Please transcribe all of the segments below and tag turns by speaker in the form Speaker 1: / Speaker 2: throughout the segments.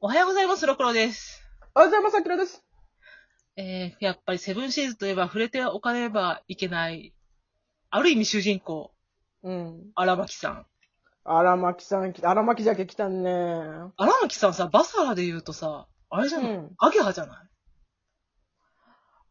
Speaker 1: おはようございます、ろくろです。
Speaker 2: おはようございます、あきらです。
Speaker 1: えー、やっぱりセブンシーズといえば触れておかねばいけない、ある意味主人公、
Speaker 2: うん。
Speaker 1: 荒牧さん。
Speaker 2: 荒牧さん来た、荒牧じゃけ来たね。う
Speaker 1: 荒牧さんさ、バサラで言うとさ、あれじゃない、
Speaker 2: ん。
Speaker 1: アゲハじゃない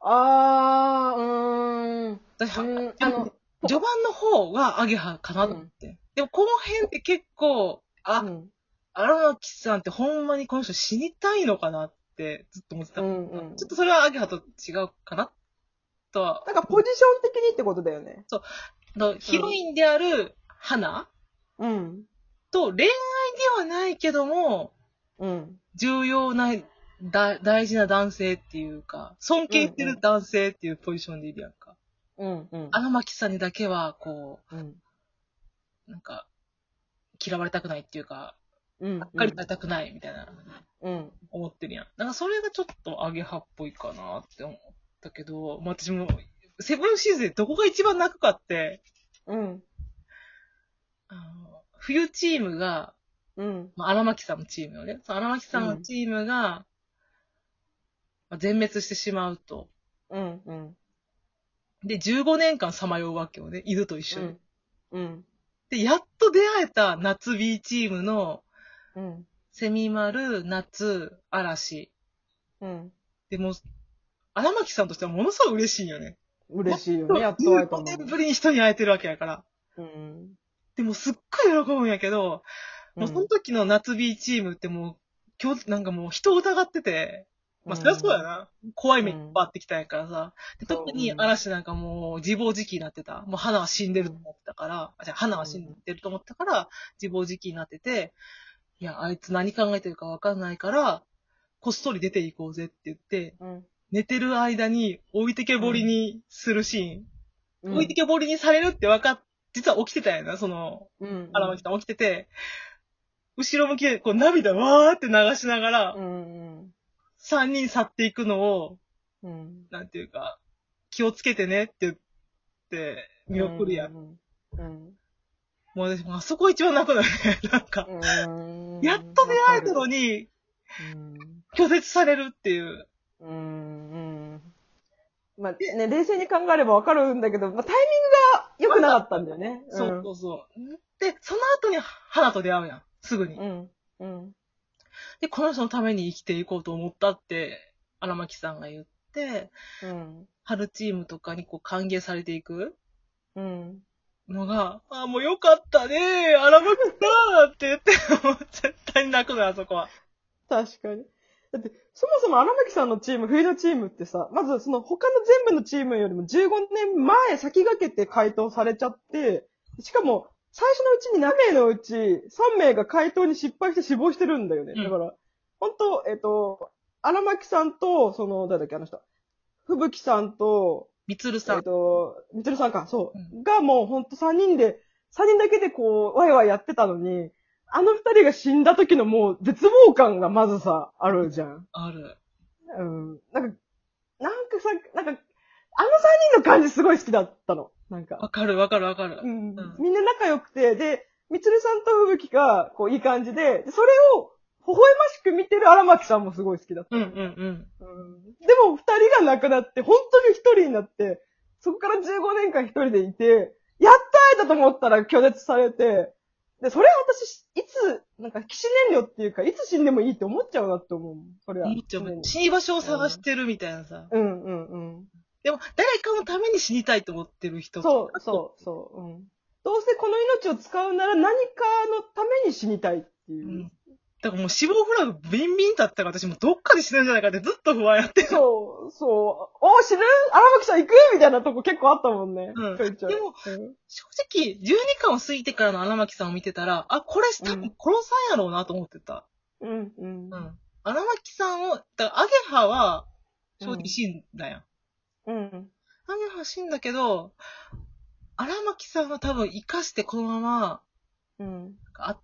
Speaker 2: あー、うーん。う
Speaker 1: 私、
Speaker 2: ーん、
Speaker 1: で
Speaker 2: あ
Speaker 1: も
Speaker 2: の、
Speaker 1: 序盤の方がアゲハかなと思って。でも後編って結構、あ、
Speaker 2: うん、
Speaker 1: 荒牧さんってほんまにこの人死にたいのかなってずっと思ってた。
Speaker 2: うん、うん。
Speaker 1: ちょっとそれはアゲハと違うかなとは。
Speaker 2: なんかポジション的にってことだよね。
Speaker 1: あのヒロインである花
Speaker 2: うん。
Speaker 1: と恋愛ではないけども、
Speaker 2: うん。
Speaker 1: 重要な、だ大事な男性っていうか、尊敬してる男性っていうポジションでいるやんか。
Speaker 2: うん、うん。
Speaker 1: 荒牧さんにだけは、こ
Speaker 2: うん。
Speaker 1: う、なんか、嫌われたくないっていうか、
Speaker 2: うん。
Speaker 1: がっかりされたくないみたいな、
Speaker 2: うん。
Speaker 1: 思ってるやん。なんかそれがちょっとアゲハっぽいかなって思ったけど、まあ、私も、セブンシーズンでどこが一番泣くかって、
Speaker 2: うん。
Speaker 1: あの、冬チームが、
Speaker 2: うん。
Speaker 1: まあ、荒牧さんのチームよね。その荒牧さんのチームが、まあ全滅してしまうと。
Speaker 2: うん。うん。
Speaker 1: で、15年間さまようわけよね。犬と一緒に。
Speaker 2: うん。
Speaker 1: で、やっと出会えた夏 B チームの、
Speaker 2: うん。
Speaker 1: セミマル、夏、嵐。
Speaker 2: うん。
Speaker 1: でもう、荒牧さんとしてはものすごい嬉しいよね。
Speaker 2: 嬉しいよね、やっと会えた
Speaker 1: 15
Speaker 2: の。
Speaker 1: 年ぶりに人に会えてるわけやから。
Speaker 2: うん。
Speaker 1: でもすっごい喜ぶんやけど、もうその時の夏 B チームってもう、今日、なんかもう人を疑ってて、まあ、そりゃそうやな。怖い目いっぱいあってきたんやからさ。で
Speaker 2: そう
Speaker 1: 特に嵐なんかもう自暴自棄になってた。もう花は死んでると思ってたから、あ、じゃあ花は死んでると思ったから、自暴自棄になってて、いや、あいつ何考えてるかわかんないから、こっそり出ていこうぜって言って、
Speaker 2: うん。
Speaker 1: 寝てる間に置いてけぼりにするシー
Speaker 2: う
Speaker 1: ン。
Speaker 2: ん。
Speaker 1: 置いてけぼりにされるってわかっ、実は起きてたんやな、その、
Speaker 2: うん。
Speaker 1: 荒牧さん起きてて、後ろ向きでこう涙わーって流しながら
Speaker 2: う、ん。
Speaker 1: 3人去っていくのを、
Speaker 2: うん。
Speaker 1: なんていうか、気をつけてねって言って、見送るやん。
Speaker 2: ん。うん。
Speaker 1: もう私、もうあそこ一番泣くのよね。 なんか、や
Speaker 2: や
Speaker 1: っと出会えたのに、拒絶されるっていう。
Speaker 2: うん。うん。まあ、ね、冷静に考えればわかるんだけど、まあ、タイミングが良くなかったんだよね。
Speaker 1: そうそうそう。で、その後に花と出会うやん。すぐに。
Speaker 2: うん。うん。
Speaker 1: で、この人のために生きていこうと思ったって、荒牧さんが言って、
Speaker 2: うん。
Speaker 1: 春チームとかにこう歓迎されていく
Speaker 2: うん。
Speaker 1: のが、ああ、もうよかったね荒牧さんって言って、もう絶対に泣くのよ、あそこは。
Speaker 2: 確かに。だって、そもそも荒牧さんのチーム、冬のチームってさ、まずその他の全部のチームよりも15年前先駆けて回答されちゃって、しかも、最初のうちに7名のうち3名が回答に失敗して死亡してるんだよね。
Speaker 1: うん
Speaker 2: だから、本当えっ、と、荒牧さんと、その、誰だっけ、あの人。吹雪さんと、
Speaker 1: みつるさ
Speaker 2: えっ、
Speaker 1: ん。
Speaker 2: と、みつるさんか、そう。
Speaker 1: う
Speaker 2: がもうほんと3人で、3人だけでこう、ワイワイやってたのに、あの2人が死んだ時のもう絶望感がまずさ、あるじゃん。
Speaker 1: ある。
Speaker 2: うん。なんか、なんかさ、なんか、あの3人の感じすごい好きだったの。なんか。
Speaker 1: わかるわかるわかる。
Speaker 2: うん
Speaker 1: うん。
Speaker 2: みんな仲良くて、で、みつるさんとふぶきが、こう、いい感じで、でそれを、微笑ましく見てる荒牧さんもすごい好きだった。
Speaker 1: うんうんうん。
Speaker 2: でも、二人が亡くなって、本当に一人になって、そこから15年間一人でいて、やっと会えたと思ったら拒絶されて、で、それは私、いつ、なんか、騎士燃料っていうか、いつ死んでもいいって思っちゃうなって思うもん。それは。
Speaker 1: 思っちゃう
Speaker 2: 常
Speaker 1: もん
Speaker 2: に
Speaker 1: 死に場所を探してるみたいなさ。
Speaker 2: うんうんうん。
Speaker 1: でも、誰かのために死にたいと思ってる人。
Speaker 2: そう、そう、そう。うん。どうせこの命を使うなら何かのために死にたいっていうう。
Speaker 1: ん。だからもう死亡フラグビンビンだったから私もどっかで死ぬんじゃないかってずっと不安やって。
Speaker 2: そう、そう。おー、死ぬ荒牧さん行くみたいなとこ結構あったもんね。
Speaker 1: うん
Speaker 2: ちょいちょい。
Speaker 1: でも
Speaker 2: うん、
Speaker 1: 正直、12巻を過ぎてからの荒牧さんを見てたら、あ、これ多分殺さんやろうなと思ってた。
Speaker 2: うん、うん
Speaker 1: う。ん。荒牧さんを、だからアゲハは、正
Speaker 2: うん
Speaker 1: 直死んだやん。
Speaker 2: うん。
Speaker 1: アゲハは死んだけど、荒牧さんは多分生かしてこのまま、
Speaker 2: うん。
Speaker 1: あ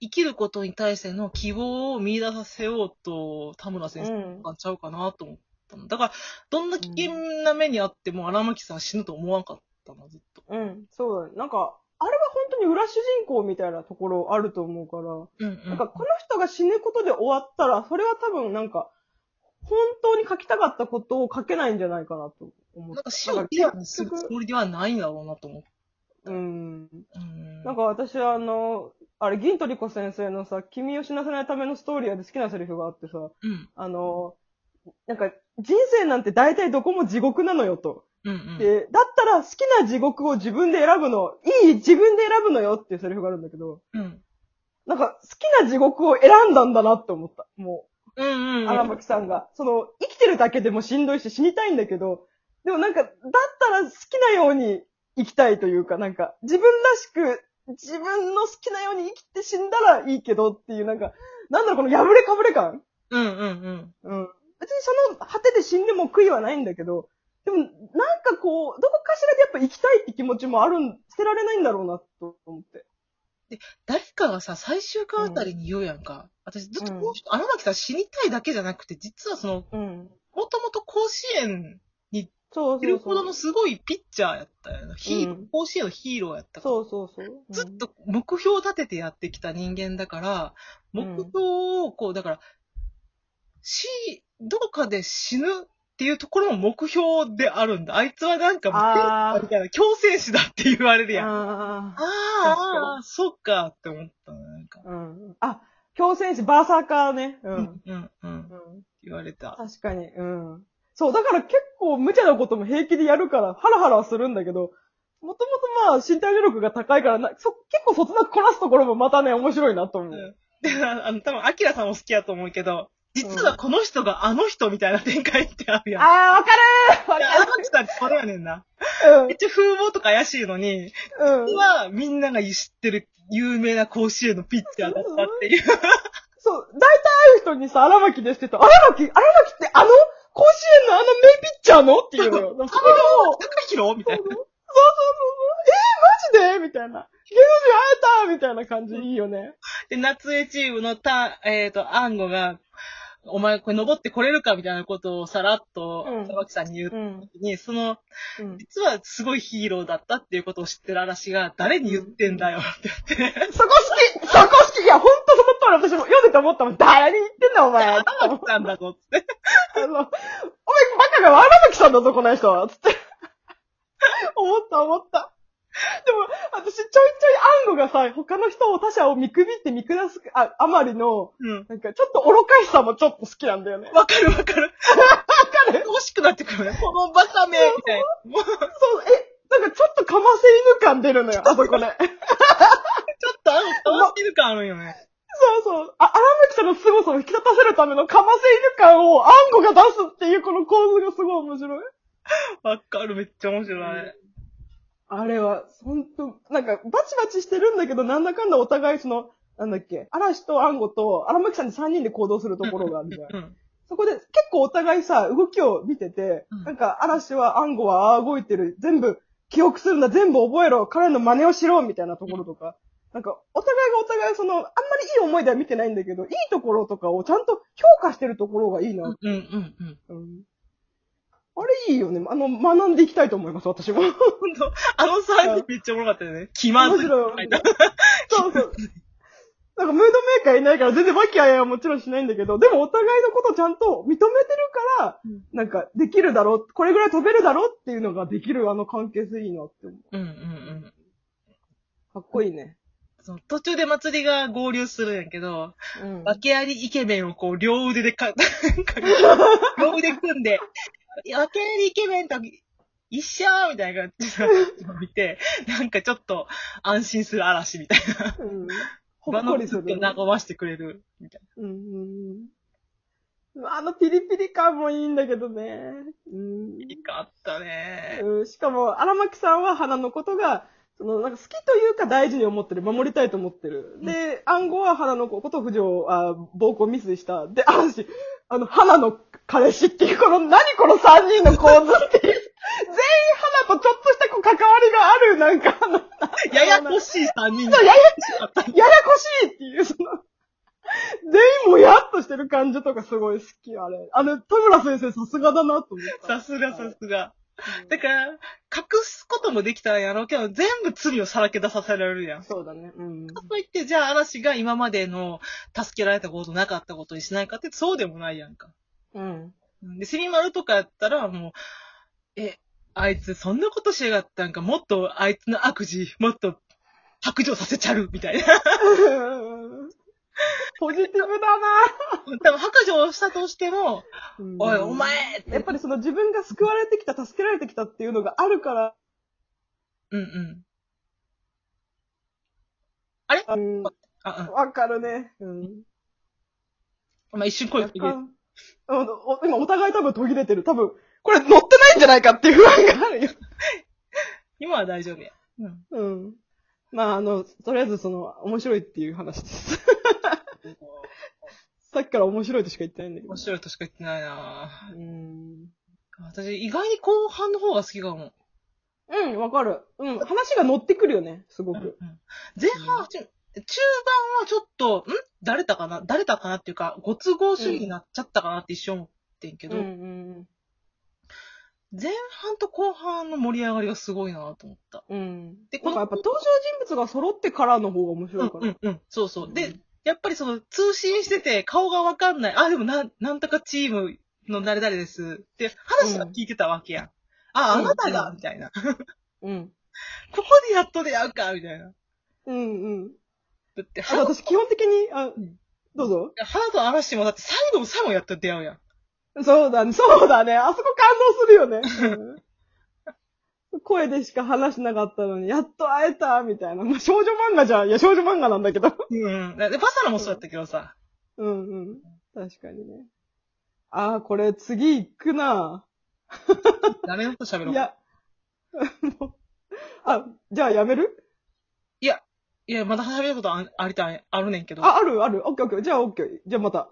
Speaker 1: 生きることに対しての希望を見出させようと、田村先生がちゃうかなと思ったの。だから、どんな危険な目にあっても荒牧さん死ぬと思わんかったの、ずっと。
Speaker 2: うん、そうだね。なんか、あれは本当に裏主人公みたいなところあると思うから、
Speaker 1: うんう
Speaker 2: なん
Speaker 1: ん
Speaker 2: かこの人が死ぬことで終わったら、それは多分なんか、本当に書きたかったことを書けないんじゃないかなと思
Speaker 1: な
Speaker 2: っ
Speaker 1: ん
Speaker 2: て。
Speaker 1: か死をテーマにするつもりではないんだろうなと思って。
Speaker 2: うん。
Speaker 1: うん。
Speaker 2: なんか私はあの、あれ、銀トリコ先生のさ、君を死なせないためのストーリーで好きなセリフがあってさ、
Speaker 1: うん。
Speaker 2: あの、なんか、人生なんて大体どこも地獄なのよと。
Speaker 1: うんうん。
Speaker 2: で、だったら好きな地獄を自分で選ぶの、いい自分で選ぶのよっていうセリフがあるんだけど、
Speaker 1: うん。
Speaker 2: なんか好きな地獄を選んだんだなって思った。も
Speaker 1: うんうんう
Speaker 2: う、
Speaker 1: ん。
Speaker 2: 荒牧さんが。その、生きてるだけでもしんどいし死にたいんだけど、でもなんか、だったら好きなように生きたいというか、なんか、自分らしく、自分の好きなように生きて死んだらいいけどっていう、なんか、なんだろう、この破れかぶれ感
Speaker 1: うんうんうん。
Speaker 2: うん。別にその果てで死んでも悔いはないんだけど、でも、なんかこう、どこかしらでやっぱ生きたいって気持ちもあるん、捨てられないんだろうな、と思って。
Speaker 1: 誰かがさ、最終回あたりに言うやんか。私ずっとこう、荒牧さん死にたいだけじゃなくて、実はその、
Speaker 2: うん。
Speaker 1: もともと甲子園
Speaker 2: そう
Speaker 1: い
Speaker 2: そ
Speaker 1: る
Speaker 2: う
Speaker 1: ほど
Speaker 2: そ
Speaker 1: の
Speaker 2: う。
Speaker 1: すごいピッチャーやったよな。ヒーロー
Speaker 2: うん
Speaker 1: 甲子園のヒーローやったから。
Speaker 2: そうそうそう。うん
Speaker 1: ずっと目標を立ててやってきた人間だから、目
Speaker 2: うん
Speaker 1: 標を、こう、だから、死、どこかで死ぬっていうところも目標であるんだ。あいつはなんかもう、
Speaker 2: あー
Speaker 1: みたいな、強戦士だって言われるやん。あ
Speaker 2: ああ。確か
Speaker 1: あー、そっかって思ったの、なんか。
Speaker 2: うん。あ、強戦士、バーサーカーね。う
Speaker 1: うんん。、うん、うん。
Speaker 2: うん。
Speaker 1: 言われた。
Speaker 2: 確かに。うん。そう、だから結構無茶なことも平気でやるから、ハラハラはするんだけど、もともとまあ、身体能力が高いからな、そ、結構そつなくこなすところもまたね、面白いなと思う。
Speaker 1: で、ああの、多分、アキラさんも好きやと思うけど、実はこの人があの人みたいな展開ってあるやん。
Speaker 2: ああ、わかるーわ
Speaker 1: いやあの人たちそれやねんな。
Speaker 2: か
Speaker 1: めっちゃ風貌とか怪しいのに、
Speaker 2: るうん。うん。
Speaker 1: は、みんなが知ってる有名な甲子園のピッチャーだったっていう。
Speaker 2: そう、大体会う人にさ、荒牧ですって言ったら、荒牧荒牧ってあの甲子園のあの名ピッチャーのっていうの よ。それがもう、
Speaker 1: 高い広みたいな。
Speaker 2: そうそうそうそう、えー、マジでみたいな。芸能人会えたみたいな感じ、いいよね。
Speaker 1: で、夏江チームのた、えっ、と、アンゴが、お前これ登ってこれるかみたいなことをさらっと
Speaker 2: うん、
Speaker 1: 玉木さんに言うと
Speaker 2: ん。
Speaker 1: きに、その、
Speaker 2: うん。
Speaker 1: 実はすごいヒーローだったっていうことを知ってる嵐が、誰に言ってんだよって言って、
Speaker 2: そこ好きそこ好きいや、ほんとその通り私も読んでて思ったもん。誰に言ってんだお前あ
Speaker 1: 玉木さんだぞって。
Speaker 2: の、お前バカが荒牧さんだぞ、この人はつって。思った思った。でも、私ちょいちょい暗号がさ、他の人を他者を見くびって見下す、あ、あまりの、
Speaker 1: うん。
Speaker 2: なんかちょっと愚かしさもちょっと好きなんだよね。
Speaker 1: わかるわかる。わかる欲しくなってくるね。このバカめみたいな。もう、ちょっ
Speaker 2: そう、え、なんかちょっとかませ犬感出るのよ、あそこね。
Speaker 1: とあの、変わってる感あるよね。
Speaker 2: そうそう。あ、荒牧さんの凄さを引き立たせるためのかませ犬感を暗号が出すっていうこの構図がすごい面白い。
Speaker 1: わかる、めっちゃ面白いあれ。
Speaker 2: あれは、ほんと、なんか、バチバチしてるんだけど、なんだかんだお互いその、なんだっけ、嵐とアンゴと、荒牧さんで3人で行動するところがあるじゃん。
Speaker 1: うん。
Speaker 2: そこで、結構お互いさ、動きを見てて、
Speaker 1: うん
Speaker 2: なんか、嵐は、アンゴは、ああ、動いてる、全部、記憶するんだ、全部覚えろ、彼の真似をしろ、みたいなところとか、なんか、お互いがお互い、その、あんまりいい思いでは見てないんだけど、いいところとかをちゃんと評価してるところがいいな。
Speaker 1: うんうんうん。
Speaker 2: うんあれいいよね。あの、学んでいきたいと思います、私も。
Speaker 1: 本当あの3人めっちゃおもろかったよね。気ま
Speaker 2: 面
Speaker 1: ずい。
Speaker 2: 白 い。そうそう。なんかムードメーカーいないから全然和気あいあいはもちろんしないんだけど、でもお互いのことちゃんと認めてるから、
Speaker 1: うん
Speaker 2: なんかできるだろう、これぐらい飛べるだろうっていうのができるあの関係性いいなって思う。
Speaker 1: うんうんうん。
Speaker 2: かっこいいね。
Speaker 1: その途中で祭りが合流するんやけど、
Speaker 2: うん
Speaker 1: 訳ありイケメンをこう両腕でか、 なんか両腕組んで、訳ありイケメンと一緒みたいな感じで見て、なんかちょっと安心する嵐みたいな。
Speaker 2: うん。ほ
Speaker 1: 場
Speaker 2: っ
Speaker 1: の
Speaker 2: こりす
Speaker 1: 空
Speaker 2: る
Speaker 1: 気を。和ましてくれるみたい
Speaker 2: うんうんうんあのピリピリ感もいいんだけどね。うん
Speaker 1: な。いいかあったね。
Speaker 2: うん、しかも、荒牧さんは花のことが、その、なんか好きというか大事に思ってる、守りたいと思ってる。で、暗号は花のこと不条、あ暴行未遂した。で、嵐、あの、花の彼氏っていう、この、何この三人の構図っていう。全員花とちょっとしたこう関わりがある、なんか、あの、
Speaker 1: ややこしい3人
Speaker 2: そうやや、
Speaker 1: だった。
Speaker 2: ややこしいっていう、その、全員もやっとしてる感じとかすごい好き、あれ。あの、田村先生さすがだなと思った。
Speaker 1: さすがさすが。だから、隠すこともできたんやろうけど、全部罪をさらけ出させられるやん。か
Speaker 2: そうだね。うん。
Speaker 1: といって、じゃあ嵐が今までの助けられたことなかったことにしないかって、そうでもないやんか。
Speaker 2: うん。
Speaker 1: で、セミマルとかやったら、もう、え、あいつそんなことしやがったんか、もっとあいつの悪事、もっと白状させちゃる、みたいな。
Speaker 2: ポジティブだな
Speaker 1: 多分白状したとしても、おい、お前
Speaker 2: やっぱりその自分が救われてきた、助けられてきたっていうのがあるから、
Speaker 1: うんうん。
Speaker 2: うん、
Speaker 1: あ、
Speaker 2: わかるね。うん。
Speaker 1: うん。まあ、一瞬声
Speaker 2: 若
Speaker 1: 聞いて。
Speaker 2: 干うんお今お互い多分途切れてる。多分、これ乗ってないんじゃないかっていう不安があるよ。
Speaker 1: 今は大丈夫や。うん。
Speaker 2: うん。まあ、あの、とりあえずその、面白いっていう話です。 さっきから面白いとしか言ってないんだけど
Speaker 1: 面。白いとしか言ってないな
Speaker 2: うん。
Speaker 1: ぁ私、意外に後半の方が好きかも。
Speaker 2: うん、わかる。うん、話が乗ってくるよね、すご
Speaker 1: うん
Speaker 2: く。
Speaker 1: 前半はちょ、中盤はちょっと、ん誰だかな誰だかなっていうか、ご都合主義になっちゃったかなって一瞬思ってんけど、
Speaker 2: ん、
Speaker 1: 前半と後半の盛り上がりがすごいなぁと思った。
Speaker 2: うん。うん。
Speaker 1: で
Speaker 2: で、
Speaker 1: こ
Speaker 2: こ
Speaker 1: の
Speaker 2: の、やっぱ登場人物が揃ってからの方が面
Speaker 1: う
Speaker 2: 白
Speaker 1: ん
Speaker 2: いか
Speaker 1: う
Speaker 2: ら。
Speaker 1: んうん。そうそう。
Speaker 2: う
Speaker 1: で
Speaker 2: ん、
Speaker 1: やっぱりその通信してて顔がわかんない。あ、でもなん、なんとかチームの誰々です。って話は聞いてたわけやん。あ、あなた
Speaker 2: う
Speaker 1: が
Speaker 2: ん
Speaker 1: みたいな。
Speaker 2: うん。
Speaker 1: ここでやっと出会うかみたいな。
Speaker 2: うん、うん。
Speaker 1: だって、
Speaker 2: あ
Speaker 1: 花
Speaker 2: 私、基本的に、あ
Speaker 1: ん、
Speaker 2: どうぞ。
Speaker 1: 花と嵐もだって最後も最後やっと出会うやん。
Speaker 2: そうだね、そうだね。あそこ感動するよね。うん声でしか話しなかったのに、やっと会えた、みたいな。まあ、少女漫画じゃん。いや、少女漫画なんだけど。
Speaker 1: うん。で、バサラもそうやったけどさ。
Speaker 2: うんうん。確かにね。ああ、これ次行くな。
Speaker 1: 誰のこと喋ろう
Speaker 2: い
Speaker 1: いや、
Speaker 2: や。 もうあ、じゃあやめる
Speaker 1: いや、まだ喋ることあんありたい、あるねんけど。
Speaker 2: あ、あるある。オッケーオッケー。じゃあオッケー。じゃあまた。